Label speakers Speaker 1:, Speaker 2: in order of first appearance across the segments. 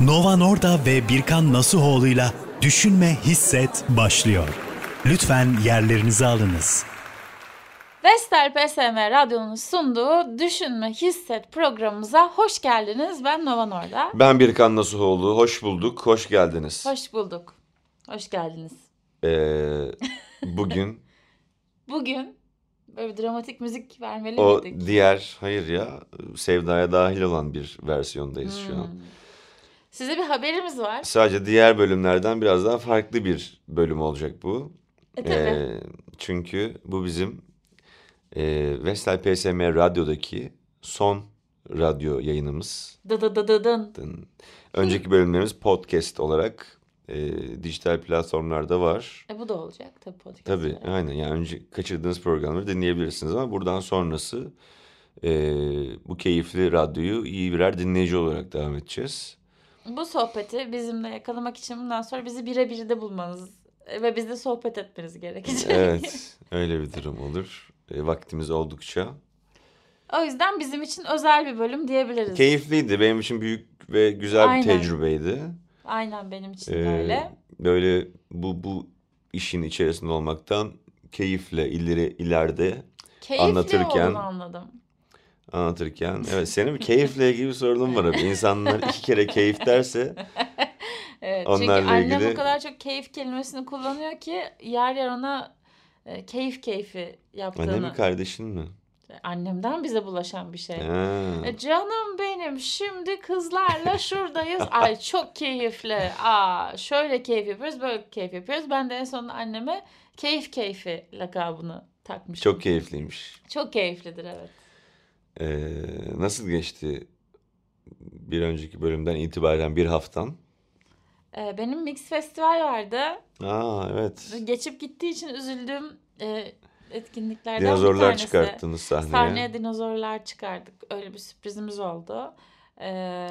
Speaker 1: Nova Norda ve Birkan Nasuhoğlu'yla Düşünme Hisset başlıyor. Lütfen yerlerinizi alınız.
Speaker 2: Vestel PSM Radyo'nun sunduğu Düşünme Hisset programımıza hoş geldiniz. Ben Novan Orda.
Speaker 3: Ben Birkan Nasuhoğlu. Hoş bulduk. Hoş geldiniz.
Speaker 2: Hoş bulduk. Hoş geldiniz.
Speaker 3: Ee, bugün
Speaker 2: Bugün böyle bir dramatik müzik vermeli
Speaker 3: o
Speaker 2: miydik?
Speaker 3: diğer hayır ya Sevda'ya dahil olan bir versiyondayız şu an.
Speaker 2: Hmm. Size bir haberimiz var.
Speaker 3: Sadece diğer bölümlerden biraz daha farklı bir bölüm olacak bu.
Speaker 2: E tabii.
Speaker 3: Ee, çünkü bu bizim e, Vestel PSM Radyo'daki son radyo yayınımız.
Speaker 2: Dı dı dı dı dın.
Speaker 3: Önceki bölümlerimiz podcast olarak e, dijital platformlarda var.
Speaker 2: E bu da olacak tabii podcast.
Speaker 3: Tabii
Speaker 2: olarak.
Speaker 3: aynen yani önce kaçırdığınız programları dinleyebilirsiniz ama buradan sonrası e, bu keyifli radyoyu iyi birer dinleyici olarak devam edeceğiz.
Speaker 2: Bu sohbeti bizimle yakalamak için bundan sonra bizi birebir de bulmanız ve bizle sohbet etmeniz gerekecek.
Speaker 3: Evet öyle bir durum olur E, vaktimiz oldukça.
Speaker 2: o yüzden bizim için özel bir bölüm diyebiliriz.
Speaker 3: Keyifliydi benim için büyük ve güzel
Speaker 2: Aynen.
Speaker 3: bir tecrübeydi.
Speaker 2: Aynen benim için
Speaker 3: E,
Speaker 2: de öyle.
Speaker 3: Böyle bu bu işin içerisinde olmaktan keyifle ileri ileride
Speaker 2: Keyifli
Speaker 3: anlatırken-
Speaker 2: olduğunu anladım.
Speaker 3: anlatırken evet senin bir keyifle ilgili bir sorunun var abi. İnsanlar iki kere keyif derse
Speaker 2: Evet, çünkü
Speaker 3: Onlarla
Speaker 2: annem
Speaker 3: ilgili-
Speaker 2: o kadar çok keyif kelimesini kullanıyor ki yer yer ona e, keyif keyfi yaptığını.
Speaker 3: anne mi kardeşin mi?
Speaker 2: Annemden bize bulaşan bir şey.
Speaker 3: Ha.
Speaker 2: E, canım benim şimdi kızlarla şuradayız. Ay çok keyifli. Aa şöyle keyif yapıyoruz, böyle keyif yapıyoruz. Ben de en sonunda anneme keyif keyfi lakabını takmıştım.
Speaker 3: Çok keyifliymiş.
Speaker 2: Çok keyiflidir evet.
Speaker 3: Ee, nasıl geçti bir önceki bölümden itibaren bir haftan?
Speaker 2: E, benim Mix Festival vardı.
Speaker 3: Aa evet.
Speaker 2: Geçip gittiği için üzüldüğüm e, etkinliklerden bir
Speaker 3: Dinozorlar
Speaker 2: tanesi.
Speaker 3: çıkarttınız sahneye.
Speaker 2: Sahneye dinozorlar çıkardık. Öyle bir sürprizimiz oldu. Ee,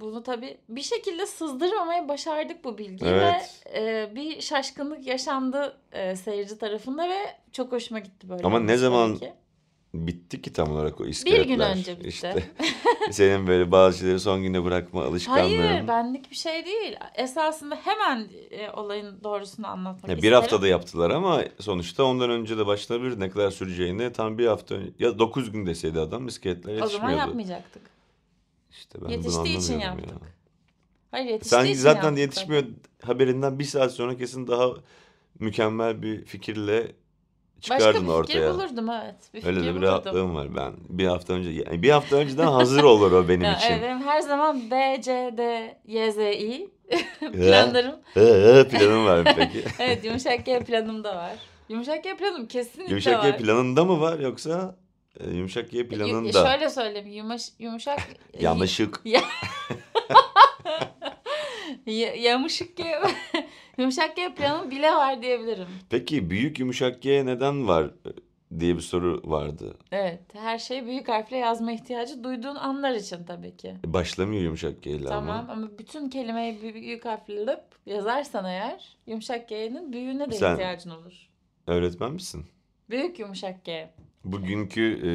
Speaker 2: bunu tabii bir şekilde sızdırmamayı başardık bu bilgiyi
Speaker 3: Evet.
Speaker 2: ve e, bir şaşkınlık yaşandı e, seyirci tarafında ve çok hoşuma gitti böyle.
Speaker 3: Ama ne
Speaker 2: olması
Speaker 3: zaman-
Speaker 2: tabii ki.
Speaker 3: Bitti ki tam olarak o
Speaker 2: Bir
Speaker 3: iskeletler.
Speaker 2: gün önce bitti.
Speaker 3: İşte senin böyle bazı şeyleri son güne bırakma alışkanlığın.
Speaker 2: Hayır benlik bir şey değil. Esasında hemen e, olayın doğrusunu anlatmak
Speaker 3: Ya bir
Speaker 2: isterim.
Speaker 3: haftada yaptılar ama sonuçta ondan önce de başlanabilir. Ne kadar süreceğini tam bir hafta önce. Ya 9 gün deseydi adam iskeletler
Speaker 2: O
Speaker 3: yetişmiyordu.
Speaker 2: zaman yapmayacaktık.
Speaker 3: İşte ben bunu
Speaker 2: yetiştiği için
Speaker 3: anlamıyorum ya.
Speaker 2: yaptık. Hayır yetiştiği
Speaker 3: Sen
Speaker 2: için
Speaker 3: zaten
Speaker 2: yaptık
Speaker 3: yetişmiyor haberinden bir saat sonra kesin daha mükemmel bir fikirle çıkardın
Speaker 2: Başka bir fikir
Speaker 3: ortaya.
Speaker 2: bulurdum evet. Bir fikir
Speaker 3: Öyle de bir
Speaker 2: bulurdum.
Speaker 3: rahatlığım var ben. Bir hafta önce yani bir hafta önceden hazır olur o benim
Speaker 2: Ya,
Speaker 3: için.
Speaker 2: evet, benim her zaman B, C, D, Y, Z, I
Speaker 3: Ya.
Speaker 2: planlarım.
Speaker 3: Ee, ee, planın var mı peki?
Speaker 2: Evet yumuşak G planım da var. Yumuşak G planım kesinlikle
Speaker 3: yumuşak
Speaker 2: var.
Speaker 3: Y planında mı var yoksa e, yumuşak Y
Speaker 2: Yu-
Speaker 3: planında?
Speaker 2: Şöyle söyleyeyim yumuş, yumuşak
Speaker 3: Yanlışlık.
Speaker 2: y- yamışık G yumuşak G planım bile var diyebilirim.
Speaker 3: Peki büyük yumuşak Y neden var e, diye bir soru vardı.
Speaker 2: Evet her şeyi büyük harfle yazma ihtiyacı duyduğun anlar için tabii ki.
Speaker 3: E, Başlamıyor yumuşak Y ile
Speaker 2: Tamam
Speaker 3: ama.
Speaker 2: ama bütün kelimeyi büy- büyük harfle lıp yazarsan eğer yumuşak G'nin büyüğüne de
Speaker 3: Sen-
Speaker 2: ihtiyacın olur.
Speaker 3: Öğretmen misin?
Speaker 2: Büyük yumuşak G.
Speaker 3: Bugünkü e,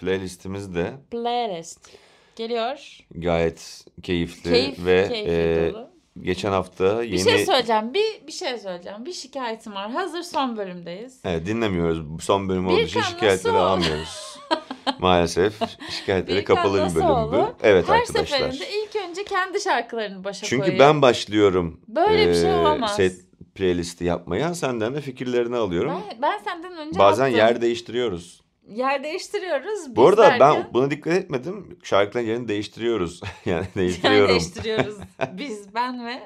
Speaker 3: playlistimizde
Speaker 2: Playlist. Geliyor.
Speaker 3: gayet keyifli
Speaker 2: Keyif,
Speaker 3: ve
Speaker 2: keyifli
Speaker 3: e,
Speaker 2: dolu.
Speaker 3: geçen hafta yeni
Speaker 2: Bir şey söyleyeceğim. Bir bir şey söyleyeceğim. Bir şikayetim var. Hazır son bölümdeyiz.
Speaker 3: Evet, dinlemiyoruz. Bu Son bölüm olduğu için
Speaker 2: Birkan
Speaker 3: şikayetleri
Speaker 2: nasıl?
Speaker 3: almıyoruz. Maalesef şikayetleri
Speaker 2: Birkan
Speaker 3: kapalı bir bölüm
Speaker 2: Nasıoğlu
Speaker 3: bu. Evet
Speaker 2: Her
Speaker 3: arkadaşlar.
Speaker 2: seferinde ilk önce kendi şarkılarını başa
Speaker 3: Çünkü
Speaker 2: koyuyor.
Speaker 3: ben başlıyorum.
Speaker 2: Böyle bir şey
Speaker 3: e,
Speaker 2: olamaz.
Speaker 3: Set playlisti yapmaya senden de fikirlerini alıyorum.
Speaker 2: ben, ben senden önce
Speaker 3: Bazen
Speaker 2: yaptım.
Speaker 3: yer değiştiriyoruz.
Speaker 2: yer değiştiriyoruz.
Speaker 3: Bu arada
Speaker 2: biz derken-
Speaker 3: ben buna dikkat etmedim. Şarkıların yerini değiştiriyoruz. yani
Speaker 2: yer
Speaker 3: değiştiriyorum.
Speaker 2: değiştiriyoruz. biz ben ve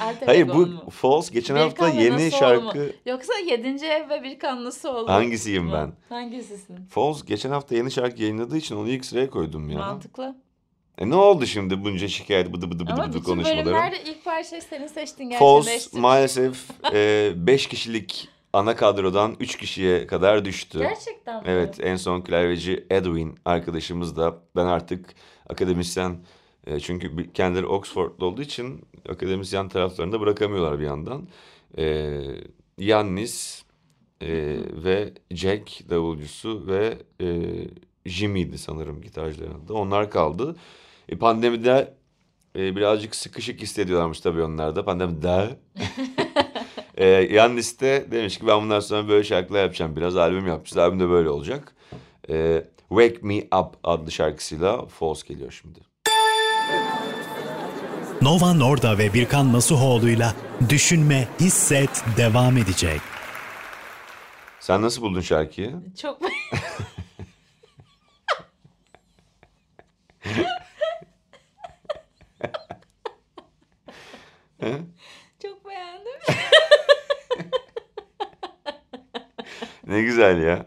Speaker 2: Alter
Speaker 3: Hayır
Speaker 2: Ego mu?
Speaker 3: bu false. Geçen
Speaker 2: Birkan
Speaker 3: hafta
Speaker 2: ve
Speaker 3: yeni
Speaker 2: Nasıoğlu
Speaker 3: şarkı
Speaker 2: Yoksa 7. ev ve bir kanlısı oldu.
Speaker 3: Hangisiyim
Speaker 2: mu?
Speaker 3: ben?
Speaker 2: Hangisisin?
Speaker 3: Foz geçen hafta yeni şarkı yayınladığı için onu ilk sıraya koydum ya.
Speaker 2: Mantıklı.
Speaker 3: E ne oldu şimdi bunca şikayet bıdı bıdı bıdı
Speaker 2: Ama
Speaker 3: bıdı
Speaker 2: bütün
Speaker 3: konuşmaları?
Speaker 2: bölümlerde ilk parçayı senin seçtin
Speaker 3: Foz
Speaker 2: gerçekleştirdi.
Speaker 3: maalesef 5 kişilik ana kadrodan 3 kişiye kadar düştü.
Speaker 2: Gerçekten mi?
Speaker 3: Evet en son klavyeci Edwin arkadaşımız da ben artık akademisyen e, çünkü bi- kendileri Oxford'da olduğu için akademisyen taraflarında bırakamıyorlar bir yandan. E, Yannis e, ve Jack davulcusu ve e, Jimmy'di sanırım gitarcıların adı. Onlar kaldı. E, pandemide e, birazcık sıkışık hissediyorlarmış tabii onlar da. Pandemi de. e, Yannis de demiş ki ben bundan sonra böyle şarkılar yapacağım. Biraz albüm yapmışız. Albüm de böyle olacak. E, Wake Me Up adlı şarkısıyla Falls geliyor şimdi.
Speaker 1: Nova Norda ve Birkan Nasuhoğlu'yla Düşünme, Hisset devam edecek.
Speaker 3: Sen nasıl buldun şarkıyı?
Speaker 2: Çok Çok beğendim.
Speaker 3: Ne güzel ya.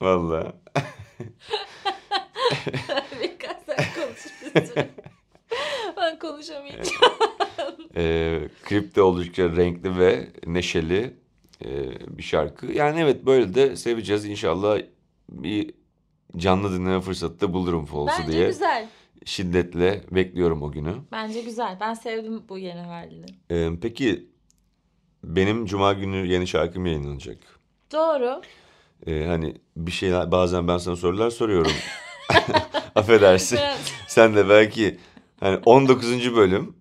Speaker 3: Vallahi.
Speaker 2: Birkaç sen konuş bir süre. Ben konuşamayacağım.
Speaker 3: E, klip de oldukça renkli ve neşeli e, bir şarkı. Yani evet böyle de seveceğiz inşallah bir canlı dinleme fırsatı da bulurum Falls'u
Speaker 2: Bence
Speaker 3: diye.
Speaker 2: güzel.
Speaker 3: Şiddetle bekliyorum o günü.
Speaker 2: Bence güzel. Ben sevdim bu yeni halini.
Speaker 3: E, peki benim cuma günü yeni şarkım yayınlanacak.
Speaker 2: Doğru.
Speaker 3: E, hani bir şeyler bazen ben sana sorular soruyorum. Affedersin.
Speaker 2: Biraz-
Speaker 3: Sen de belki hani 19. bölüm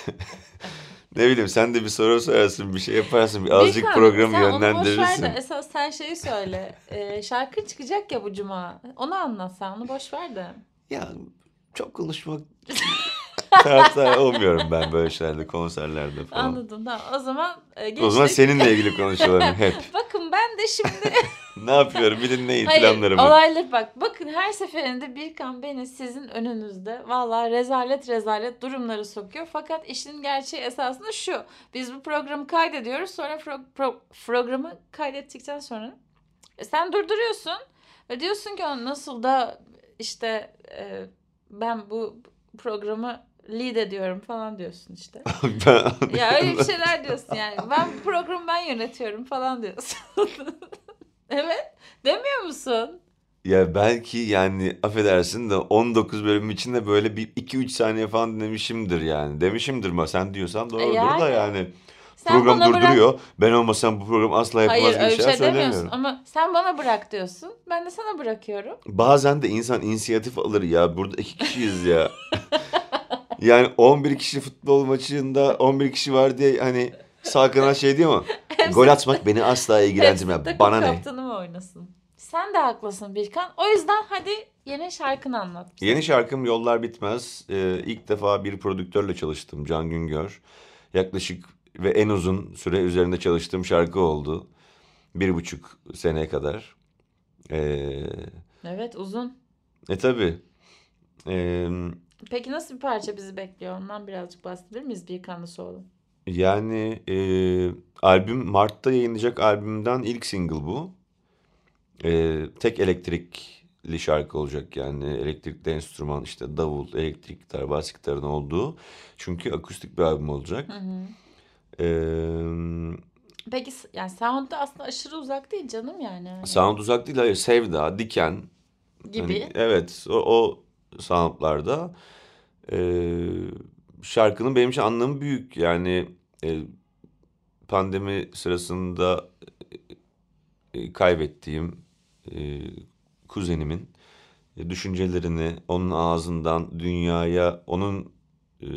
Speaker 3: ne bileyim sen de bir soru sorarsın bir şey yaparsın bir azıcık
Speaker 2: Birkan,
Speaker 3: programı
Speaker 2: sen onu boş ver de
Speaker 3: yönlendirirsin.
Speaker 2: Esas sen şeyi söyle. Ee, şarkı çıkacak ya bu cuma. Onu anlat sen. Onu boş ver de.
Speaker 3: Ya çok konuşmak taraftar olmuyorum ben böyle şeylerde konserlerde falan.
Speaker 2: Anladım. Tamam. O zaman e, geçtik.
Speaker 3: O zaman seninle ilgili konuşalım hep.
Speaker 2: Bakın ben de şimdi
Speaker 3: Ne yapıyorum bir dinleyin
Speaker 2: Hayır,
Speaker 3: planlarımı.
Speaker 2: olaylı bak. Bakın her seferinde Birkan beni sizin önünüzde vallahi rezalet rezalet durumları sokuyor. Fakat işin gerçeği esasında şu. Biz bu programı kaydediyoruz. Sonra pro- pro- programı kaydettikten sonra e, sen durduruyorsun. Ve diyorsun ki "Aa, nasıl da işte e, ben bu programı lead ediyorum falan diyorsun işte.
Speaker 3: Ben-
Speaker 2: Ya öyle bir şeyler diyorsun yani. Ben bu programı ben yönetiyorum falan diyorsun. evet. Demiyor musun?
Speaker 3: Ya belki yani affedersin de 19 bölüm içinde böyle bir 2-3 saniye falan dinlemişimdir yani. Demişimdir ama sen diyorsan doğrudur da
Speaker 2: E yani.
Speaker 3: yani.
Speaker 2: Sen
Speaker 3: Program
Speaker 2: bana bırak-
Speaker 3: durduruyor. Ben olmasam bu program asla yapılmaz
Speaker 2: Hayır
Speaker 3: gibi
Speaker 2: öyle bir
Speaker 3: şeyler
Speaker 2: şey demiyorsun
Speaker 3: söylemiyorum.
Speaker 2: ama sen bana bırak diyorsun. Ben de sana bırakıyorum.
Speaker 3: Bazen de insan inisiyatif alır ya. Burada iki kişiyiz ya. Yani 11 kişi futbol maçında 11 kişi var diye hani sağ kanat şey diyor mu? Gol atmak beni asla
Speaker 2: Hepsi
Speaker 3: ilgilendirme.
Speaker 2: takım
Speaker 3: Bana ne?
Speaker 2: kaptanı mı oynasın? Sen de haklısın Birkan. O yüzden hadi yeni şarkını anlat. bize.
Speaker 3: Yeni şarkım Yollar Bitmez. Ee, ilk defa bir prodüktörle çalıştım Can Güngör. Yaklaşık ve en uzun süre üzerinde çalıştığım şarkı oldu. Bir buçuk seneye kadar. Ee,
Speaker 2: Evet uzun.
Speaker 3: e tabi. Ee,
Speaker 2: Peki nasıl bir parça bizi bekliyor? Ondan birazcık bahsedebilir miyiz Birkan'la Soğlu?
Speaker 3: yani e, albüm Mart'ta yayınlayacak albümden ilk single bu. Ee, tek elektrikli şarkı olacak yani elektrikli enstrüman işte davul, elektrik gitar, bas gitarın olduğu. Çünkü akustik bir albüm olacak.
Speaker 2: Hı hı.
Speaker 3: Eee
Speaker 2: Peki s- yani sound da aslında aşırı uzak değil canım yani. Hani
Speaker 3: sound uzak değil hayır Sevda, Diken.
Speaker 2: gibi.
Speaker 3: Hani evet o, o soundlarda. Eee, şarkının benim için anlamı büyük. Yani e, pandemi sırasında e, kaybettiğim e, kuzenimin e, düşüncelerini onun ağzından dünyaya onun e,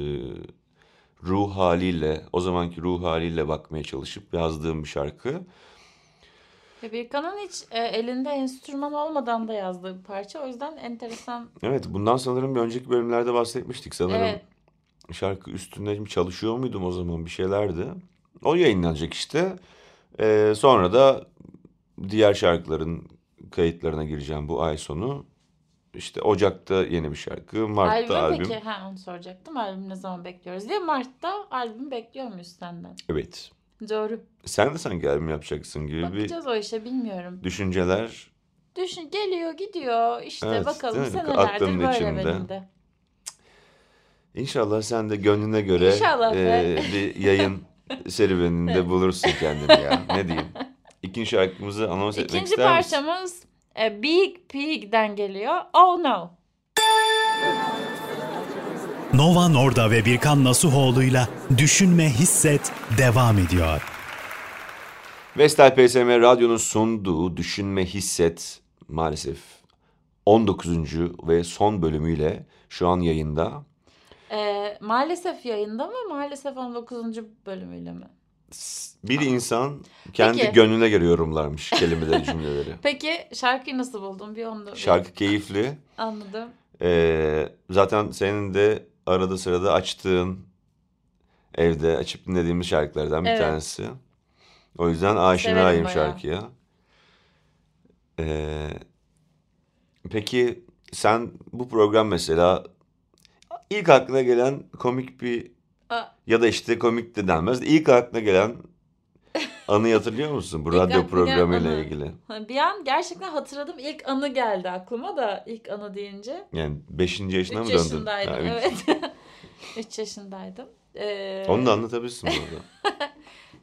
Speaker 3: ruh haliyle o zamanki ruh haliyle bakmaya çalışıp yazdığım bir şarkı.
Speaker 2: Ve Birkan'ın hiç e, elinde enstrüman olmadan da yazdığı bir parça. O yüzden enteresan.
Speaker 3: Evet bundan sanırım bir önceki bölümlerde bahsetmiştik sanırım.
Speaker 2: Evet.
Speaker 3: Şarkı üstünde mi çalışıyor muydum o zaman bir şeylerdi. O yayınlanacak işte. Ee, sonra da diğer şarkıların kayıtlarına gireceğim bu ay sonu. İşte Ocak'ta yeni bir şarkı, Mart'ta
Speaker 2: Albüm
Speaker 3: albüm.
Speaker 2: peki? Ha onu soracaktım. Albüm ne zaman bekliyoruz diye. Mart'ta albüm bekliyor muyuz senden?
Speaker 3: Evet.
Speaker 2: Doğru.
Speaker 3: Sen de sanki albüm yapacaksın gibi bir
Speaker 2: Bakacağız o işe bilmiyorum.
Speaker 3: düşünceler.
Speaker 2: Düşün geliyor gidiyor işte
Speaker 3: Evet,
Speaker 2: bakalım
Speaker 3: değil mi?
Speaker 2: senelerdir
Speaker 3: Aklımın
Speaker 2: böyle
Speaker 3: içinde.
Speaker 2: benim de.
Speaker 3: İnşallah sen de gönlüne göre
Speaker 2: İnşallah be.
Speaker 3: e, bir yayın serüveninde bulursun kendini ya. Ne diyeyim? İkinci şarkımızı anons etmek
Speaker 2: İkinci
Speaker 3: ister misin?
Speaker 2: parçamız e, Big Pig'den geliyor. Oh no.
Speaker 1: Nova Norda ve Birkan Nasuhoğlu'yla Düşünme, Hisset devam ediyor.
Speaker 3: Vestel PSM Radyo'nun sunduğu Düşünme Hisset maalesef 19. ve son bölümüyle şu an yayında.
Speaker 2: E, Ee, maalesef yayında mı? Maalesef 19. bölümüyle mi?
Speaker 3: Bir insan kendi
Speaker 2: Peki.
Speaker 3: gönlüne göre yorumlarmış kelimeleri, cümleleri.
Speaker 2: Peki şarkıyı nasıl buldun? Bir onu da bir
Speaker 3: Şarkı keyifli.
Speaker 2: anladım.
Speaker 3: Ee, zaten senin de arada sırada açtığın evde açıp dinlediğimiz şarkılardan bir
Speaker 2: Evet.
Speaker 3: tanesi. O yüzden
Speaker 2: Severim
Speaker 3: aşinayım
Speaker 2: bayağı.
Speaker 3: şarkıya. Ee, peki sen bu program mesela ilk aklına gelen komik bir
Speaker 2: Aa.
Speaker 3: ya da işte komik de denmez. İlk aklına gelen anıyı hatırlıyor musun bu
Speaker 2: İlk
Speaker 3: radyo
Speaker 2: aklıma
Speaker 3: programıyla
Speaker 2: gelen anı.
Speaker 3: ilgili?
Speaker 2: Ha, Bir an gerçekten hatırladım. İlk anı geldi aklıma da ilk anı deyince.
Speaker 3: Yani 5. yaşına
Speaker 2: 3
Speaker 3: mı döndün?
Speaker 2: yaşındaydım.
Speaker 3: Ha, üç.
Speaker 2: evet. 3 yaşındaydım. Ee,
Speaker 3: Onu da anlatabilirsin burada.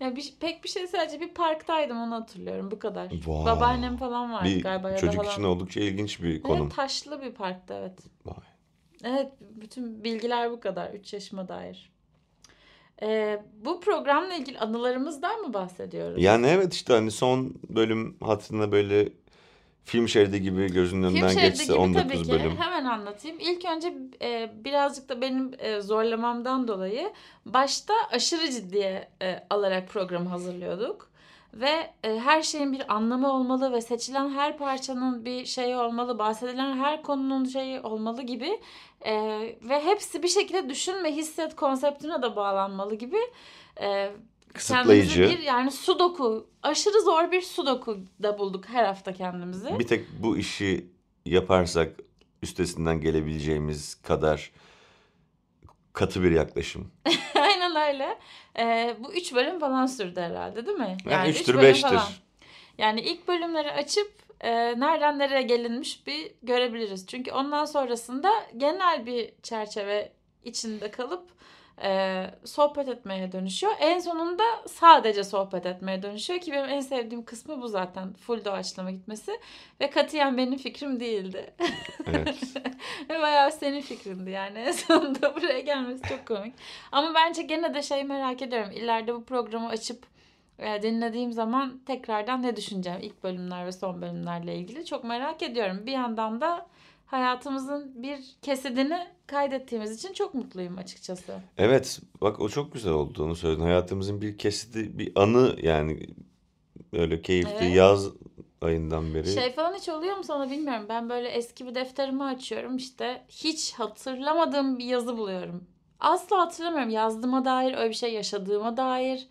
Speaker 2: ya bir- pek bir şey sadece bir parktaydım onu hatırlıyorum bu kadar.
Speaker 3: Vay.
Speaker 2: Babaannem falan vardı
Speaker 3: bir
Speaker 2: galiba. ya da
Speaker 3: çocuk
Speaker 2: halam.
Speaker 3: için oldukça ilginç bir
Speaker 2: Evet,
Speaker 3: konum.
Speaker 2: taşlı bir parkta evet.
Speaker 3: Vay.
Speaker 2: Evet bütün bilgiler bu kadar 3 yaşıma dair. Ee, bu programla ilgili anılarımızdan mı bahsediyoruz?
Speaker 3: Yani evet işte hani son bölüm hatırına böyle film şeridi gibi gözünün
Speaker 2: Film
Speaker 3: önünden
Speaker 2: şeridi
Speaker 3: geçse
Speaker 2: gibi
Speaker 3: 19
Speaker 2: tabii ki.
Speaker 3: bölüm.
Speaker 2: Hemen anlatayım. İlk önce e, birazcık da benim e, zorlamamdan dolayı başta aşırı ciddiye e, alarak programı hazırlıyorduk. Ve e, her şeyin bir anlamı olmalı ve seçilen her parçanın bir şeyi olmalı, bahsedilen her konunun şeyi olmalı gibi e, ve hepsi bir şekilde düşün ve hisset konseptine de bağlanmalı gibi e, kendimizi
Speaker 3: Kısıtlayıcı.
Speaker 2: bir yani sudoku, aşırı zor bir sudoku da bulduk her hafta kendimizi.
Speaker 3: Bir tek bu işi yaparsak üstesinden gelebileceğimiz kadar katı bir yaklaşım.
Speaker 2: Aynen öyle. Ee, bu üç bölüm falan sürdü herhalde değil mi?
Speaker 3: Yani
Speaker 2: üç
Speaker 3: üçtür
Speaker 2: bölüm
Speaker 3: beştir.
Speaker 2: falan. Yani ilk bölümleri açıp e, nereden nereye gelinmiş bir görebiliriz. Çünkü ondan sonrasında genel bir çerçeve içinde kalıp e, sohbet etmeye dönüşüyor. En sonunda sadece sohbet etmeye dönüşüyor ki benim en sevdiğim kısmı bu zaten. Full doğaçlama gitmesi ve katiyen benim fikrim değildi.
Speaker 3: Evet.
Speaker 2: Ve bayağı senin fikrindi yani. En sonunda buraya gelmesi çok komik. Ama bence gene de şey merak ediyorum. İleride bu programı açıp e, dinlediğim zaman tekrardan ne düşüneceğim ilk bölümler ve son bölümlerle ilgili çok merak ediyorum. Bir yandan da hayatımızın bir kesidini kaydettiğimiz için çok mutluyum açıkçası.
Speaker 3: Evet bak o çok güzel oldu onu söyledin. Hayatımızın bir kesiti bir anı yani öyle keyifli
Speaker 2: Evet.
Speaker 3: yaz ayından beri.
Speaker 2: Şey falan hiç oluyor mu sana bilmiyorum. Ben böyle eski bir defterimi açıyorum işte hiç hatırlamadığım bir yazı buluyorum. Asla hatırlamıyorum yazdığıma dair, öyle bir şey yaşadığıma dair,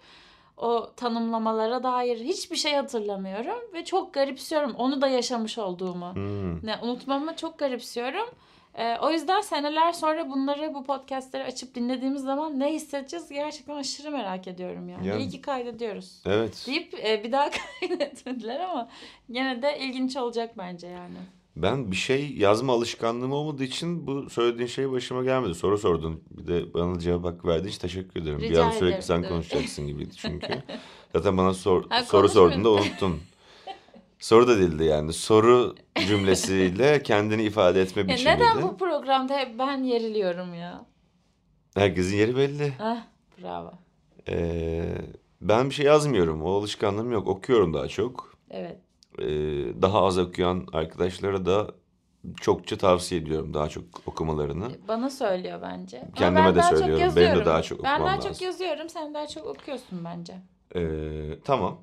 Speaker 2: o tanımlamalara dair hiçbir şey hatırlamıyorum ve çok garipsiyorum onu da yaşamış olduğumu.
Speaker 3: Hmm.
Speaker 2: Ne unutmamı çok garipsiyorum. Ee, o yüzden seneler sonra bunları bu podcastleri açıp dinlediğimiz zaman ne hissedeceğiz gerçekten aşırı merak ediyorum yani.
Speaker 3: Yani-
Speaker 2: İyi ki kaydediyoruz
Speaker 3: Evet.
Speaker 2: deyip e, bir daha kaydetmediler ama gene de ilginç olacak bence yani.
Speaker 3: Ben bir şey yazma alışkanlığım olmadığı için bu söylediğin şey başıma gelmedi. Soru sordun. Bir de bana cevap hakkı verdiğin için teşekkür ederim. bir
Speaker 2: Rica
Speaker 3: an sürekli
Speaker 2: ederim,
Speaker 3: sen
Speaker 2: evet.
Speaker 3: konuşacaksın gibiydi çünkü. Zaten bana sor,
Speaker 2: Ha,
Speaker 3: soru sordun da
Speaker 2: konuşmuyorum.
Speaker 3: unuttun. Soru da değildi yani. Soru cümlesiyle kendini ifade etme
Speaker 2: Ya
Speaker 3: biçimiydi.
Speaker 2: E, neden bu programda hep ben yeriliyorum ya?
Speaker 3: Herkesin yeri belli.
Speaker 2: Ah bravo.
Speaker 3: Ee, ben bir şey yazmıyorum. O alışkanlığım yok. Okuyorum daha çok.
Speaker 2: Evet.
Speaker 3: Ee, daha az okuyan arkadaşlara da çokça tavsiye ediyorum daha çok okumalarını.
Speaker 2: Bana söylüyor bence. Ama
Speaker 3: Kendime
Speaker 2: ben
Speaker 3: de
Speaker 2: daha çok
Speaker 3: söylüyorum. Benim de
Speaker 2: yazıyorum.
Speaker 3: daha çok
Speaker 2: Ben
Speaker 3: okumam
Speaker 2: daha çok
Speaker 3: lazım.
Speaker 2: yazıyorum. Sen daha çok okuyorsun bence.
Speaker 3: Ee, tamam.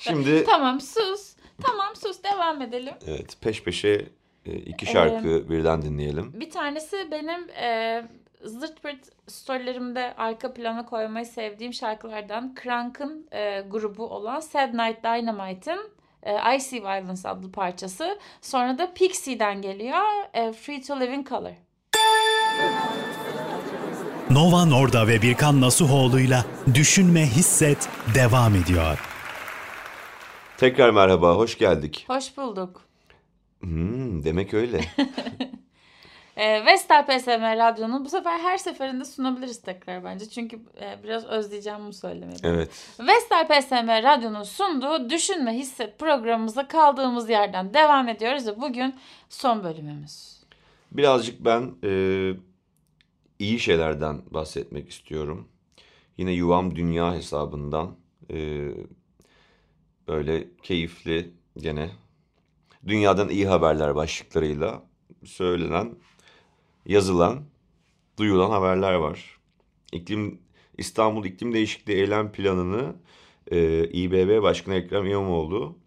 Speaker 3: Şimdi
Speaker 2: Tamam sus. Tamam sus. Devam edelim.
Speaker 3: evet peş peşe e, iki şarkı birden dinleyelim.
Speaker 2: Bir tanesi benim e, zırt pırt storylerimde arka plana koymayı sevdiğim şarkılardan Crank'ın e, grubu olan Sad Night Dynamite'ın e, Icy Violence adlı parçası. Sonra da Pixie'den geliyor e, Free to Live in Color.
Speaker 1: Nova Norda ve Birkan Nasuhoğlu'yla Düşünme Hisset devam ediyor.
Speaker 3: Tekrar merhaba, hoş geldik.
Speaker 2: Hoş bulduk.
Speaker 3: Hmm, demek öyle.
Speaker 2: E, Vestel PSM Radyo'nun bu sefer her seferinde sunabiliriz tekrar bence. Çünkü e, biraz özleyeceğim bu söylemeyi.
Speaker 3: Evet.
Speaker 2: Vestel PSM Radyo'nun sunduğu Düşünme Hisset programımıza kaldığımız yerden devam ediyoruz ve bugün son bölümümüz.
Speaker 3: Birazcık ben e, iyi şeylerden bahsetmek istiyorum. Yine Yuvam Dünya hesabından e, böyle keyifli gene dünyadan iyi haberler başlıklarıyla söylenen, yazılan duyulan haberler var. İklim İstanbul İklim Değişikliği Eylem Planı'nı e, İBB Başkanı Ekrem İmamoğlu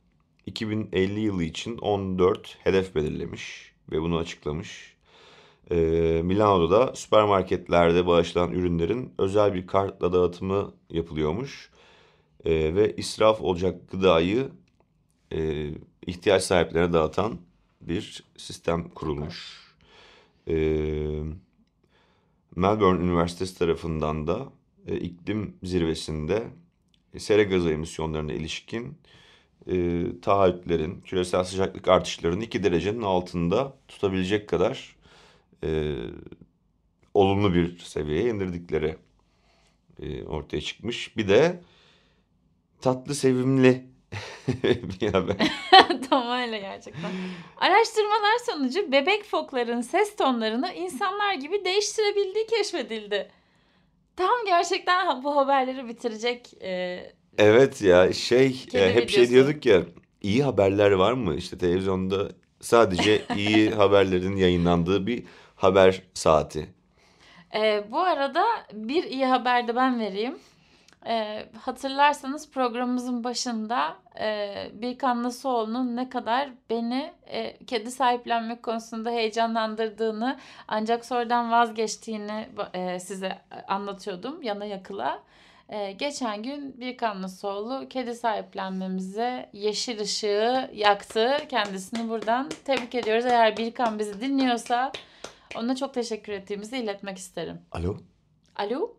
Speaker 3: 2050 yılı için 14 hedef belirlemiş ve bunu açıklamış. E, Milano'da da süpermarketlerde bağışlanan ürünlerin özel bir kartla dağıtımı yapılıyormuş. E, ve israf olacak gıdayı e, ihtiyaç sahiplerine dağıtan bir sistem kurulmuş. E, Melbourne Üniversitesi tarafından da e, iklim zirvesinde e, sera gazı emisyonlarına ilişkin e, taahhütlerin, küresel sıcaklık artışlarının 2 derecenin altında tutabilecek kadar e, olumlu bir seviyeye indirdikleri e, ortaya çıkmış. Bir de tatlı sevimli bir haber.
Speaker 2: Tam öyle gerçekten. Araştırmalar sonucu bebek fokların ses tonlarını insanlar gibi değiştirebildiği keşfedildi. Tam gerçekten ha- bu haberleri bitirecek e,
Speaker 3: Evet ya şey
Speaker 2: Kedi
Speaker 3: e, hep şey
Speaker 2: videosu.
Speaker 3: diyorduk ya iyi haberler var mı? İşte televizyonda sadece iyi haberlerin yayınlandığı bir haber saati.
Speaker 2: Ee, bu arada bir iyi haber de ben vereyim. Ee, hatırlarsanız programımızın başında e, Birkan Nasuoğlu'nun ne kadar beni e, kedi sahiplenmek konusunda heyecanlandırdığını ancak sonradan vazgeçtiğini e, size anlatıyordum yana yakıla. E, geçen gün Birkan Nasuoğlu kedi sahiplenmemize yeşil ışığı yaktı. Kendisini buradan tebrik ediyoruz. Eğer Birkan bizi dinliyorsa ona çok teşekkür ettiğimizi iletmek isterim.
Speaker 3: Alo
Speaker 2: Alo?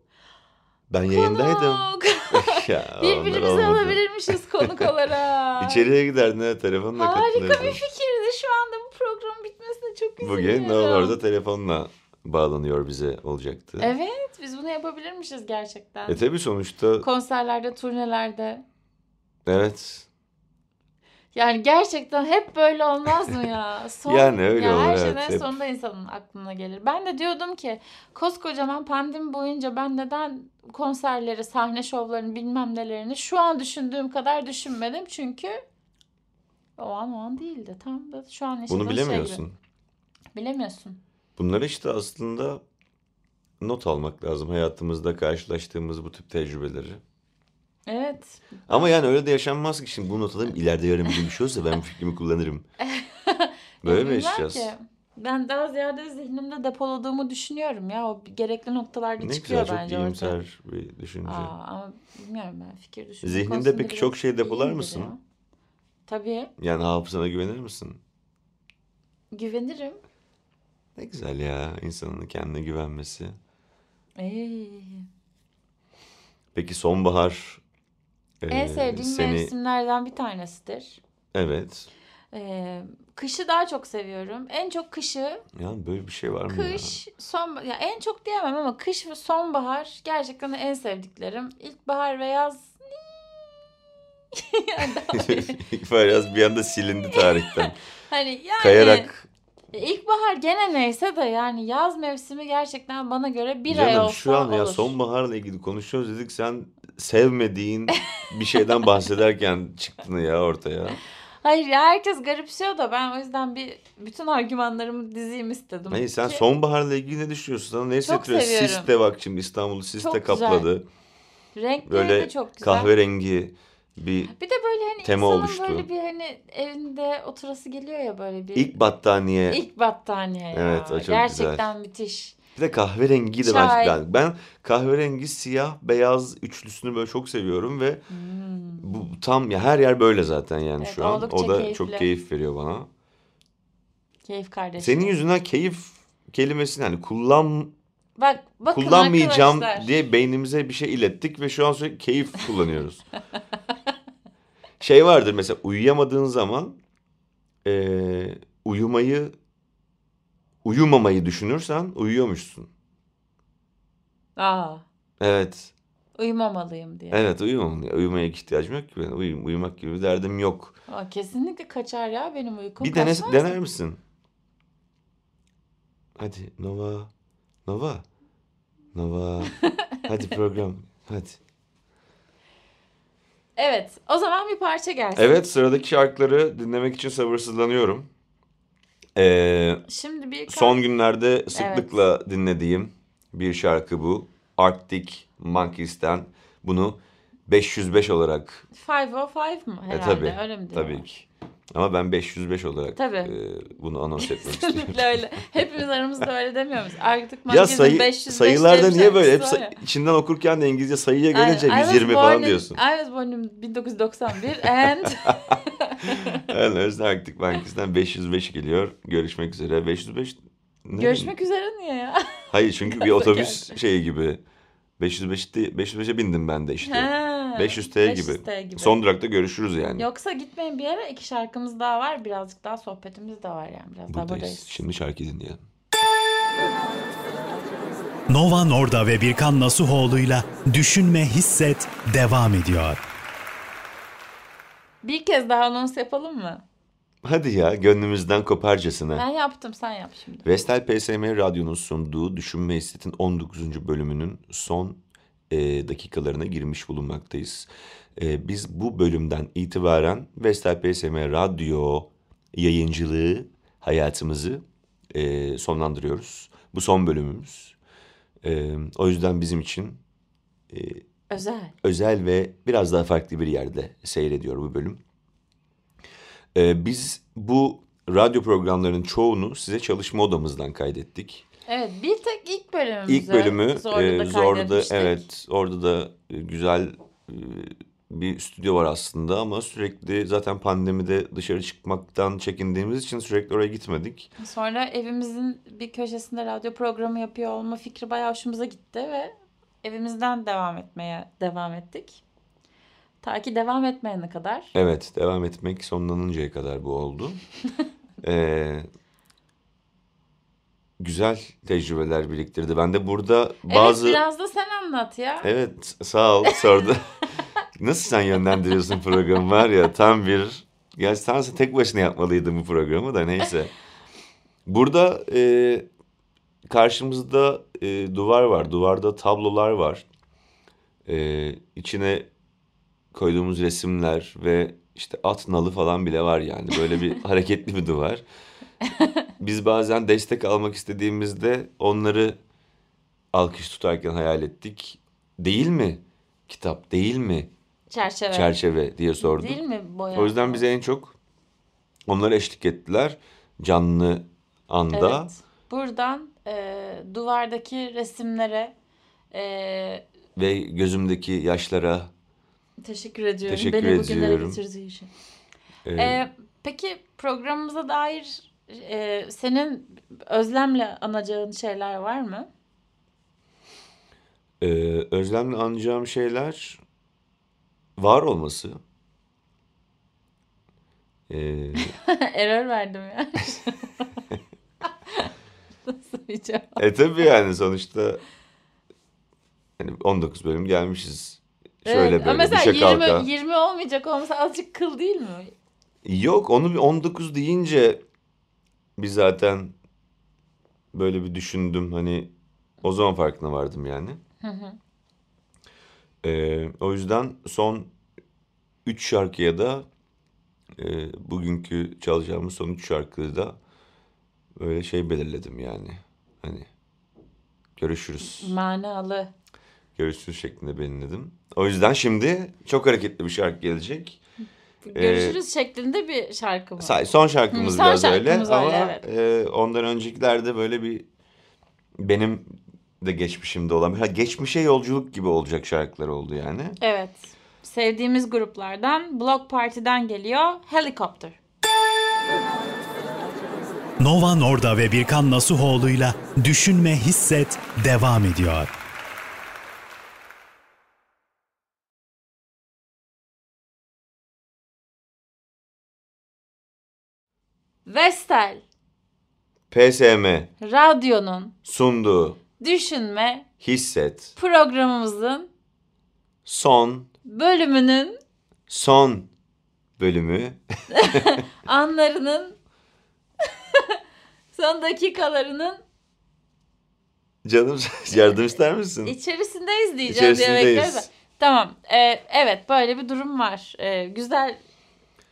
Speaker 3: ben yayındaydım.
Speaker 2: Konuk.
Speaker 3: Ya, onlar
Speaker 2: Birbirimizi
Speaker 3: olmadı.
Speaker 2: alabilirmişiz konuk olarak.
Speaker 3: İçeriye giderdin evet telefonla
Speaker 2: Harika bir
Speaker 3: katılırdın.
Speaker 2: fikirdi. Şu anda bu programın bitmesine çok üzülüyorum.
Speaker 3: Bugün ne olur da telefonla bağlanıyor bize olacaktı.
Speaker 2: Evet biz bunu yapabilirmişiz gerçekten.
Speaker 3: E tabi sonuçta
Speaker 2: Konserlerde, turnelerde.
Speaker 3: evet
Speaker 2: Yani gerçekten hep böyle olmaz mı ya? Son,
Speaker 3: Yani öyle
Speaker 2: ya
Speaker 3: olur,
Speaker 2: Her
Speaker 3: evet,
Speaker 2: şeyden
Speaker 3: hep.
Speaker 2: sonunda insanın aklına gelir. Ben de diyordum ki koskocaman pandemi boyunca ben neden konserleri, sahne şovlarını bilmem nelerini şu an düşündüğüm kadar düşünmedim. Çünkü o an o an değildi. Tam da şu an yaşadığım
Speaker 3: bunu
Speaker 2: şey gibi.
Speaker 3: bilemiyorsun.
Speaker 2: Bilemiyorsun.
Speaker 3: Bunları işte aslında not almak lazım hayatımızda karşılaştığımız bu tip tecrübeleri.
Speaker 2: Evet.
Speaker 3: Ama yani öyle de yaşanmaz ki şimdi bunu not alayım ileride yarın bir gün bir şey olursa ben bu fikrimi kullanırım. Böyle mi
Speaker 2: E, Bilmem
Speaker 3: yaşayacağız?
Speaker 2: ki. Ben daha ziyade zihnimde depoladığımı düşünüyorum ya. O gerekli noktalarda
Speaker 3: Ne
Speaker 2: çıkıyor
Speaker 3: güzel çok
Speaker 2: bence ortaya.
Speaker 3: iyimser bir düşünce.
Speaker 2: Aa, ama bilmiyorum ben fikir düşünme
Speaker 3: Zihninde
Speaker 2: konusunda
Speaker 3: peki
Speaker 2: biraz
Speaker 3: çok şey depolar
Speaker 2: iyiyimdir
Speaker 3: mısın?
Speaker 2: ya. Tabii.
Speaker 3: Yani hafızana güvenir misin?
Speaker 2: Güvenirim.
Speaker 3: Ne güzel ya insanın kendine güvenmesi.
Speaker 2: Ee,
Speaker 3: Peki sonbahar
Speaker 2: en
Speaker 3: e,
Speaker 2: sevdiğim mevsimlerden bir tanesidir.
Speaker 3: Evet.
Speaker 2: Ee, kışı daha çok seviyorum. En çok kışı,
Speaker 3: Ya böyle bir şey var mı ya?
Speaker 2: kış, son ya en çok diyemem ama kış ve sonbahar gerçekten en sevdiklerim. İlkbahar ve yaz Yani daha-
Speaker 3: İkbal Yaz bir anda silindi tarihten.
Speaker 2: hani yani
Speaker 3: Kayarak.
Speaker 2: Ya İlkbahar gene neyse de yani yaz mevsimi gerçekten bana göre bir ay
Speaker 3: Canım
Speaker 2: olsa
Speaker 3: şu an
Speaker 2: olur.
Speaker 3: ya sonbaharla ilgili konuşuyoruz dedik sen sevmediğin bir şeyden bahsederken çıktın ya ortaya.
Speaker 2: Hayır ya herkes garipsiyor da ben o yüzden bir bütün argümanlarımı dizeyim istedim.
Speaker 3: Hayır Hani sen
Speaker 2: Ki
Speaker 3: sonbaharla ilgili ne düşünüyorsun? Sana ne hissettiriyor?
Speaker 2: seviyorum.
Speaker 3: Sis de bak şimdi İstanbul'u sis
Speaker 2: Çok
Speaker 3: de
Speaker 2: güzel.
Speaker 3: kapladı.
Speaker 2: renkleri
Speaker 3: Böyle
Speaker 2: de çok güzel.
Speaker 3: kahverengi bir
Speaker 2: Bir de böyle hani
Speaker 3: tema
Speaker 2: insanın
Speaker 3: oluştu.
Speaker 2: böyle bir hani evinde oturası geliyor ya böyle bir
Speaker 3: ilk battaniye.
Speaker 2: ilk battaniye ya.
Speaker 3: Evet, o çok güzel.
Speaker 2: Gerçekten müthiş.
Speaker 3: Bir de kahverengi de
Speaker 2: Çay.
Speaker 3: ben, ben ben kahverengi siyah beyaz üçlüsünü böyle çok seviyorum ve
Speaker 2: Hmm.
Speaker 3: bu tam ya her yer böyle zaten yani
Speaker 2: Evet,
Speaker 3: şu an.
Speaker 2: oldukça
Speaker 3: O da
Speaker 2: keyifli.
Speaker 3: çok keyif veriyor bana.
Speaker 2: Keyif kardeşim.
Speaker 3: Senin yüzünden keyif kelimesini hani kullan
Speaker 2: Bak bakın
Speaker 3: kullanmayacağım
Speaker 2: arkadaşlar.
Speaker 3: diye beynimize bir şey ilettik ve şu an sürekli keyif kullanıyoruz. şey vardır mesela uyuyamadığın zaman eee, uyumayı uyumamayı düşünürsen uyuyormuşsun.
Speaker 2: Aa,
Speaker 3: Evet.
Speaker 2: uyumamalıyım diye.
Speaker 3: Evet uyumam. Uyumaya ihtiyacım yok ki benim. Uyum, uyumak gibi bir derdim yok.
Speaker 2: Aa, kesinlikle kaçar ya benim uykum.
Speaker 3: bir dene,
Speaker 2: Kaçmaz mı?
Speaker 3: dener misin? Hadi Nova. Nova. Nova. Hadi program. Hadi.
Speaker 2: Evet o zaman bir parça gelsin.
Speaker 3: Evet sıradaki şarkıları dinlemek için sabırsızlanıyorum. Ee,
Speaker 2: Şimdi bir
Speaker 3: son günlerde sıklıkla dinlediğim bir şarkı bu. Arctic Monkeys'ten bunu 505 olarak
Speaker 2: 505 mı
Speaker 3: e,
Speaker 2: herhalde?
Speaker 3: tabii,
Speaker 2: Öyle mi diyorlar?
Speaker 3: tabii ki. Ama ben 505 olarak
Speaker 2: Tabii.
Speaker 3: e, bunu anons etmek istiyorum.
Speaker 2: Kesinlikle öyle. Hepimiz aramızda öyle demiyor muyuz? Artık
Speaker 3: Ya
Speaker 2: magazin
Speaker 3: sayı,
Speaker 2: 505
Speaker 3: sayılarda
Speaker 2: diye bir
Speaker 3: niye böyle? Hep
Speaker 2: şarkısı var
Speaker 3: say-
Speaker 2: ya.
Speaker 3: içinden okurken de İngilizce sayıya
Speaker 2: Aynen.
Speaker 3: gelince
Speaker 2: I was
Speaker 3: 120
Speaker 2: born
Speaker 3: falan
Speaker 2: in-
Speaker 3: diyorsun.
Speaker 2: I was born in 1991 and
Speaker 3: Yani Özden Aktik Bankisi'nden 505 geliyor. Görüşmek üzere. 505 ne?
Speaker 2: görüşmek üzere niye ya?
Speaker 3: Hayır çünkü bir
Speaker 2: Gaza
Speaker 3: otobüs şeyi gibi. 505 değil, 505'e bindim ben de işte.
Speaker 2: Ha,
Speaker 3: 500T gibi.
Speaker 2: 500T gibi.
Speaker 3: Son durakta görüşürüz yani.
Speaker 2: Yoksa gitmeyin bir yere. iki şarkımız daha var. Birazcık daha sohbetimiz de var yani. Biraz daha
Speaker 3: buradayız.
Speaker 2: buradayız.
Speaker 3: Şimdi şarkı dinleyelim.
Speaker 1: Nova Norda ve Birkan Nasuhoğlu'yla Düşünme Hisset devam ediyor.
Speaker 2: Bir kez daha anons yapalım mı?
Speaker 3: Hadi ya gönlümüzden koparcasına.
Speaker 2: Ben yaptım sen yap şimdi.
Speaker 3: Vestel PSM Radyo'nun sunduğu Düşünme Hisset'in 19. bölümünün son e, dakikalarına girmiş bulunmaktayız. E, biz bu bölümden itibaren Vestel PSM Radyo yayıncılığı hayatımızı e, sonlandırıyoruz. Bu son bölümümüz. E, o yüzden bizim için e,
Speaker 2: Özel.
Speaker 3: özel ve biraz daha farklı bir yerde seyrediyor bu bölüm. Ee, biz bu radyo programlarının çoğunu size çalışma odamızdan kaydettik.
Speaker 2: Evet bir tek ilk bölümümüzü
Speaker 3: İlk bölümü
Speaker 2: Zorlu'da
Speaker 3: e, Zorlu'da
Speaker 2: kaydetmiştik.
Speaker 3: evet orada da e, güzel e, bir stüdyo var aslında ama sürekli zaten pandemide dışarı çıkmaktan çekindiğimiz için sürekli oraya gitmedik.
Speaker 2: Sonra evimizin bir köşesinde radyo programı yapıyor olma fikri bayağı hoşumuza gitti ve evimizden devam etmeye devam ettik. Ta ki devam etmeyene kadar.
Speaker 3: Evet devam etmek sonlanıncaya kadar bu oldu. Ee, güzel tecrübeler biriktirdi. Ben de burada bazı...
Speaker 2: Evet biraz da sen anlat ya.
Speaker 3: Evet sağ ol sordu. Nasıl sen yönlendiriyorsun programı var ya tam bir... Gerçi tam tek başına yapmalıydım bu programı da neyse. Burada e, karşımızda e, duvar var. Duvarda tablolar var. E, içine koyduğumuz resimler ve işte at nalı falan bile var yani. Böyle bir hareketli bir duvar. Biz bazen destek almak istediğimizde onları alkış tutarken hayal ettik. Değil mi? Kitap değil mi?
Speaker 2: Çerçeve.
Speaker 3: Çerçeve diye sorduk.
Speaker 2: Değil mi boya?
Speaker 3: O yüzden bize en çok onlara eşlik ettiler canlı anda.
Speaker 2: Evet. Buradan e, duvardaki resimlere e,
Speaker 3: Ve gözümdeki yaşlara
Speaker 2: teşekkür ediyorum.
Speaker 3: Teşekkür
Speaker 2: Beni bugünlere
Speaker 3: ediyorum.
Speaker 2: getirdiği için.
Speaker 3: e,
Speaker 2: Ee, peki programımıza dair e, senin özlemle anacağın şeyler var mı?
Speaker 3: e, özlemle anacağım şeyler var olması. E,
Speaker 2: Error verdim ya. Nasıl bir cevap?
Speaker 3: e tabii yani sonuçta hani 19 bölüm gelmişiz. Şöyle
Speaker 2: Evet, ama
Speaker 3: böyle
Speaker 2: mesela
Speaker 3: düşe
Speaker 2: 20,
Speaker 3: kalka.
Speaker 2: 20 olmayacak olmasa azıcık kıl değil mi?
Speaker 3: Yok onu bir 19 deyince bir zaten böyle bir düşündüm hani o zaman farkına vardım yani.
Speaker 2: Hı hı.
Speaker 3: Ee, o yüzden son 3 şarkıya da e, bugünkü çalacağımız son 3 şarkıyı da böyle şey belirledim yani. Hani görüşürüz.
Speaker 2: Manalı.
Speaker 3: Görüşürüz şeklinde belirledim. O yüzden şimdi çok hareketli bir şarkı gelecek. Ee,
Speaker 2: Görüşürüz şeklinde bir şarkı mı?
Speaker 3: Say, son şarkımız
Speaker 2: Hı, son
Speaker 3: biraz
Speaker 2: şarkımız
Speaker 3: öyle,
Speaker 2: öyle,
Speaker 3: ama e, ondan öncekilerde böyle bir benim de geçmişimde olan bir ha, geçmişe yolculuk gibi olacak şarkılar oldu yani.
Speaker 2: Evet. Sevdiğimiz gruplardan Block Party'den geliyor Helicopter.
Speaker 1: Nova Norda ve Birkan Nasuhoğlu'yla Düşünme Hisset devam ediyor.
Speaker 2: Vestel,
Speaker 3: PSM
Speaker 2: radyonun
Speaker 3: sunduğu
Speaker 2: düşünme
Speaker 3: hisset
Speaker 2: programımızın
Speaker 3: son
Speaker 2: bölümünün
Speaker 3: son bölümü
Speaker 2: anlarının son dakikalarının
Speaker 3: canım yardım ister misin?
Speaker 2: içerisindeyiz diyeceğim.
Speaker 3: İçerisindeyiz.
Speaker 2: diye bekliyoruz da. Tamam. Ee, evet böyle bir durum var. Ee, güzel.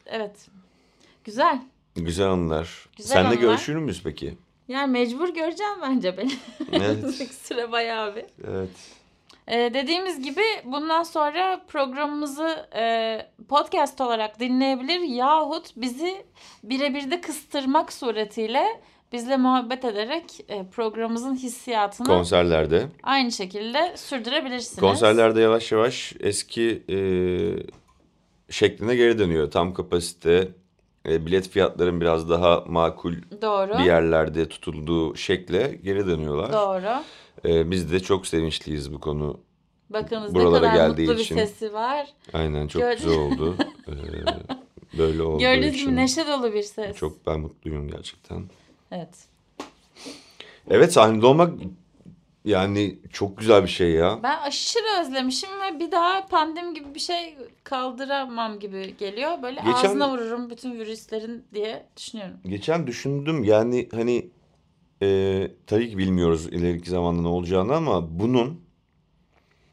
Speaker 2: Evet. Güzel.
Speaker 3: Güzel anılar.
Speaker 2: Güzel
Speaker 3: Senle
Speaker 2: anılar.
Speaker 3: görüşür müyüz peki?
Speaker 2: Yani mecbur göreceğim bence beni.
Speaker 3: Evet.
Speaker 2: Sıra bayağı bir.
Speaker 3: evet.
Speaker 2: Ee, dediğimiz gibi bundan sonra programımızı e, podcast olarak dinleyebilir yahut bizi birebir de kıstırmak suretiyle bizle muhabbet ederek e, programımızın hissiyatını
Speaker 3: Konserlerde.
Speaker 2: aynı şekilde sürdürebilirsiniz.
Speaker 3: Konserlerde yavaş yavaş eski e, şekline geri dönüyor. Tam kapasite, e, bilet fiyatların biraz daha makul
Speaker 2: Doğru.
Speaker 3: bir yerlerde tutulduğu şekle geri dönüyorlar.
Speaker 2: Doğru.
Speaker 3: E, biz de çok sevinçliyiz bu konu.
Speaker 2: Bakınız
Speaker 3: Buralara
Speaker 2: ne kadar
Speaker 3: geldiği
Speaker 2: mutlu
Speaker 3: için.
Speaker 2: bir sesi var.
Speaker 3: Aynen çok
Speaker 2: Gör-
Speaker 3: güzel oldu. E, böyle olduğu
Speaker 2: Gördüğünüz
Speaker 3: için
Speaker 2: gibi neşe dolu bir ses.
Speaker 3: çok ben mutluyum gerçekten.
Speaker 2: Evet.
Speaker 3: Evet sahnede olmak yani çok güzel bir şey ya.
Speaker 2: Ben aşırı özlemişim ve bir daha pandemi gibi bir şey kaldıramam gibi geliyor. Böyle
Speaker 3: Geçen-
Speaker 2: ağzına vururum bütün virüslerin diye düşünüyorum.
Speaker 3: Geçen düşündüm yani hani e, tabii ki bilmiyoruz ileriki zamanda ne olacağını ama bunun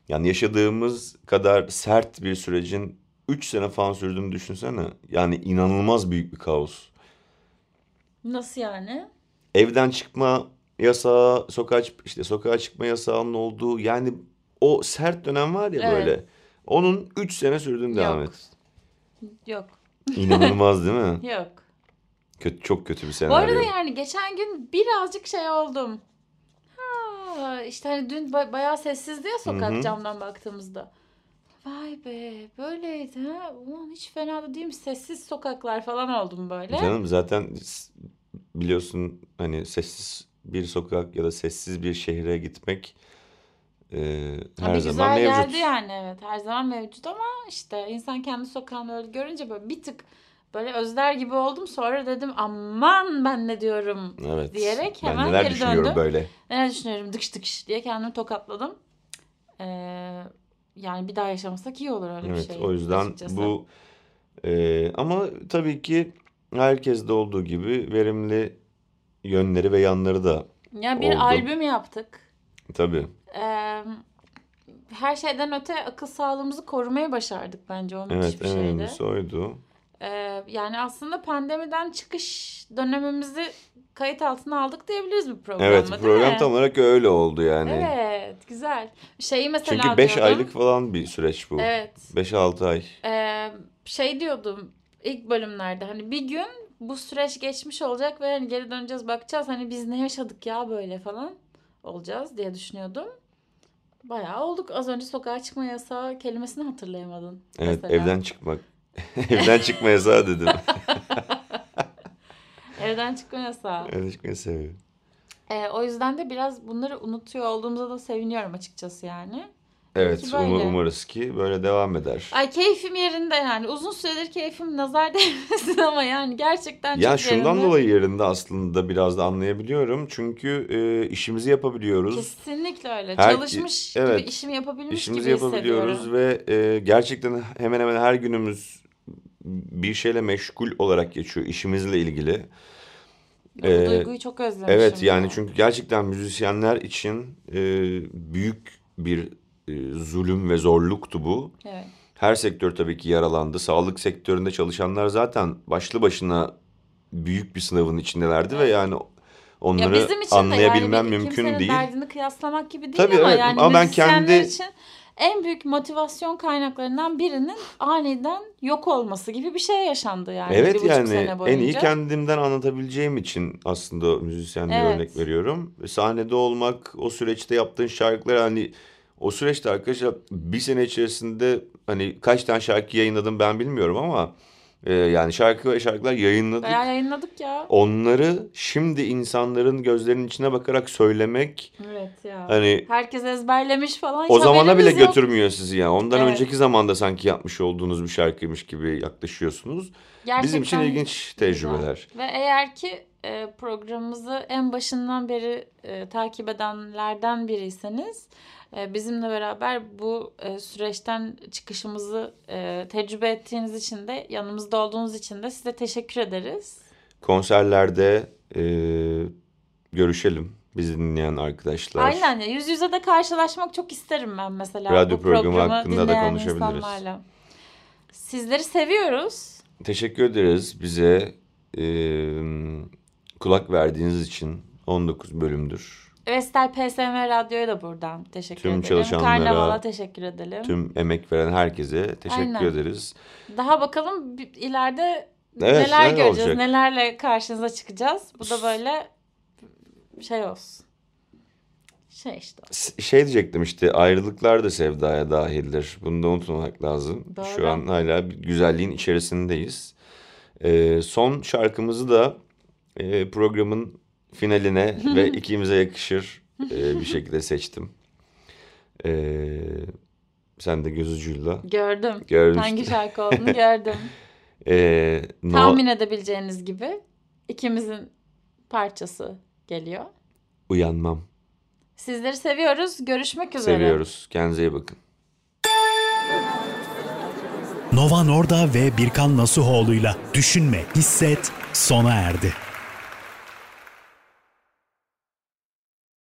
Speaker 3: yani yaşadığımız kadar sert bir sürecin 3 sene falan sürdüğünü düşünsene. Yani inanılmaz büyük bir kaos.
Speaker 2: Nasıl yani?
Speaker 3: Evden çıkma yasağı, sokağa çık- işte sokağa çıkma yasağının olduğu yani o sert dönem var ya
Speaker 2: Evet.
Speaker 3: böyle. Onun 3 sene sürdüğünü devam
Speaker 2: Yok.
Speaker 3: et.
Speaker 2: Yok.
Speaker 3: İnanılmaz değil mi?
Speaker 2: Yok.
Speaker 3: Kötü, çok kötü bir
Speaker 2: Bu
Speaker 3: senaryo.
Speaker 2: arada yani geçen gün birazcık şey oldum. Ha, işte hani dün ba- bayağı sessizdi ya sokak
Speaker 3: Hı hı.
Speaker 2: camdan baktığımızda. Vay be böyleydi ha. Ulan hiç fena da değilmiş. Sessiz sokaklar falan oldum böyle.
Speaker 3: Canım zaten s- biliyorsun hani sessiz bir sokak ya da sessiz bir şehre gitmek e,
Speaker 2: Ha,
Speaker 3: her
Speaker 2: bir
Speaker 3: zaman
Speaker 2: Hani güzel
Speaker 3: mevcut.
Speaker 2: geldi yani evet her zaman mevcut ama işte insan kendi sokağını öyle görünce böyle bir tık böyle özler gibi oldum. Sonra dedim aman ben ne diyorum
Speaker 3: Evet.
Speaker 2: diyerek
Speaker 3: ben
Speaker 2: hemen
Speaker 3: neler
Speaker 2: geri
Speaker 3: düşünüyorum
Speaker 2: döndüm.
Speaker 3: böyle.
Speaker 2: Ne düşünüyorum dıkış dıkış diye kendimi tokatladım. Ee, yani bir daha yaşamasak iyi olur öyle
Speaker 3: Evet
Speaker 2: bir şey.
Speaker 3: o yüzden
Speaker 2: açıkçası.
Speaker 3: bu e, ama tabii ki herkeste olduğu gibi verimli yönleri ve yanları da
Speaker 2: Ya bir
Speaker 3: oldu.
Speaker 2: albüm yaptık.
Speaker 3: tabii.
Speaker 2: Ee, her şeyden öte akıl sağlığımızı korumayı başardık bence. O müthiş
Speaker 3: Evet
Speaker 2: bir
Speaker 3: en
Speaker 2: şeydi.
Speaker 3: önemlisi oydu.
Speaker 2: Ee, yani aslında pandemiden çıkış dönemimizi kayıt altına aldık diyebiliriz bu programda
Speaker 3: Evet
Speaker 2: değil
Speaker 3: program
Speaker 2: mi?
Speaker 3: tam olarak öyle oldu yani.
Speaker 2: Evet güzel. Şeyi mesela
Speaker 3: Çünkü 5
Speaker 2: diyordum.
Speaker 3: aylık falan bir süreç bu.
Speaker 2: Evet.
Speaker 3: 5-6 ay.
Speaker 2: Ee, şey diyordum ilk bölümlerde hani bir gün bu süreç geçmiş olacak ve hani geri döneceğiz bakacağız hani biz ne yaşadık ya böyle falan olacağız diye düşünüyordum. Bayağı olduk. Az önce sokağa çıkma yasağı kelimesini hatırlayamadın.
Speaker 3: Evet
Speaker 2: mesela.
Speaker 3: evden çıkmak. evden çıkma yasağı dedim.
Speaker 2: Evden çıkma yasağı.
Speaker 3: evden çıkmayı seviyorum.
Speaker 2: Ee, o yüzden de biraz bunları unutuyor olduğumuza da seviniyorum açıkçası yani.
Speaker 3: Evet
Speaker 2: Peki,
Speaker 3: um-
Speaker 2: böyle.
Speaker 3: umarız ki böyle devam eder.
Speaker 2: Ay keyfim yerinde yani. Uzun süredir keyfim nazar değmesin ama yani gerçekten
Speaker 3: Ya
Speaker 2: çok
Speaker 3: şundan
Speaker 2: yerinde.
Speaker 3: dolayı yerinde aslında biraz da anlayabiliyorum. Çünkü e, işimizi yapabiliyoruz.
Speaker 2: Kesinlikle öyle.
Speaker 3: Her-
Speaker 2: Çalışmış
Speaker 3: Evet.
Speaker 2: gibi işimi yapabilmiş
Speaker 3: İşimizi
Speaker 2: gibi
Speaker 3: yapabiliyoruz
Speaker 2: hissediyorum.
Speaker 3: ve e, gerçekten hemen hemen her günümüz bir şeyle meşgul olarak geçiyor işimizle ilgili.
Speaker 2: Bu
Speaker 3: Ee,
Speaker 2: duyguyu çok özlemişim.
Speaker 3: Evet yani
Speaker 2: ya.
Speaker 3: çünkü gerçekten müzisyenler için e, büyük bir e, zulüm ve zorluktu bu.
Speaker 2: Evet.
Speaker 3: Her sektör tabii ki yaralandı. Sağlık sektöründe çalışanlar zaten başlı başına büyük bir sınavın içindelerdi ve yani
Speaker 2: Ya
Speaker 3: onları
Speaker 2: bizim için
Speaker 3: anlayabilmem
Speaker 2: de yani bir-
Speaker 3: mümkün
Speaker 2: kimsenin
Speaker 3: değil.
Speaker 2: derdini kıyaslamak gibi değil
Speaker 3: Tabii
Speaker 2: ama
Speaker 3: evet,
Speaker 2: yani
Speaker 3: ama ben
Speaker 2: müzisyenler
Speaker 3: kendi-
Speaker 2: için en büyük motivasyon kaynaklarından birinin aniden yok olması gibi bir şey yaşandı yani. bir
Speaker 3: Evet
Speaker 2: buçuk
Speaker 3: yani
Speaker 2: sene
Speaker 3: en iyi
Speaker 2: boyunca.
Speaker 3: kendimden anlatabileceğim için aslında müzisyenliğe
Speaker 2: Evet.
Speaker 3: örnek veriyorum. Sahnede olmak, o süreçte yaptığın şarkılar hani o süreçte arkadaşlar bir sene içerisinde hani kaç tane şarkı yayınladım ben bilmiyorum ama e, yani şarkı ve şarkılar yayınladık.
Speaker 2: Bayağı yayınladık ya.
Speaker 3: Onları şimdi insanların gözlerinin içine bakarak söylemek
Speaker 2: Evet ya.
Speaker 3: hani
Speaker 2: Herkes ezberlemiş falan. hiç
Speaker 3: o zamana bile
Speaker 2: haberimiz yok.
Speaker 3: götürmüyor sizi yani. Ondan
Speaker 2: Evet.
Speaker 3: önceki zamanda sanki yapmış olduğunuz bir şarkıymış gibi yaklaşıyorsunuz. Bizim için
Speaker 2: Gerçekten
Speaker 3: ilginç
Speaker 2: güzel.
Speaker 3: tecrübeler.
Speaker 2: Ve eğer ki e, programımızı en başından beri e, takip edenlerden biriyseniz e, bizimle beraber bu e, süreçten çıkışımızı e, tecrübe ettiğiniz için de yanımızda olduğunuz için de size teşekkür ederiz.
Speaker 3: Konserlerde e, görüşelim. Bizi dinleyen arkadaşlar.
Speaker 2: Aynen ya yüz yüze de karşılaşmak çok isterim ben mesela
Speaker 3: Radyo
Speaker 2: bu
Speaker 3: programı
Speaker 2: programı
Speaker 3: hakkında da
Speaker 2: dinleyen
Speaker 3: konuşabiliriz.
Speaker 2: insanlarla. Sizleri seviyoruz.
Speaker 3: Teşekkür ederiz bize e, kulak verdiğiniz için. 19 bölümdür.
Speaker 2: Vestel PSM Radyo'ya da buradan teşekkür
Speaker 3: Tüm
Speaker 2: edelim.
Speaker 3: çalışanlara,
Speaker 2: Karnaval'a teşekkür edelim.
Speaker 3: Tüm emek veren herkese teşekkür
Speaker 2: Aynen.
Speaker 3: ederiz.
Speaker 2: Daha bakalım bi- ileride
Speaker 3: Evet,
Speaker 2: neler
Speaker 3: neler
Speaker 2: göreceğiz,
Speaker 3: olacak?
Speaker 2: nelerle karşınıza çıkacağız. Bu da böyle şey olsun. Şey işte.
Speaker 3: S- Şey diyecektim işte ayrılıklar da sevdaya dahildir. Bunu da unutmamak lazım.
Speaker 2: Doğru.
Speaker 3: Şu an hala bir güzelliğin içerisindeyiz. Ee, son şarkımızı da e, programın finaline ve ikimize yakışır e, bir şekilde seçtim. Ee, sen de göz ucuyla
Speaker 2: Gördüm. Hangi
Speaker 3: görmüştün.
Speaker 2: şarkı olduğunu gördüm.
Speaker 3: Ee, no-
Speaker 2: Tahmin edebileceğiniz gibi ikimizin parçası geliyor.
Speaker 3: uyanmam.
Speaker 2: Sizleri seviyoruz. Görüşmek üzere.
Speaker 3: Seviyoruz. Kendinize iyi bakın.
Speaker 1: Nova Norda ve Birkan Nasuhoğlu'yla Düşünme, Hisset sona erdi.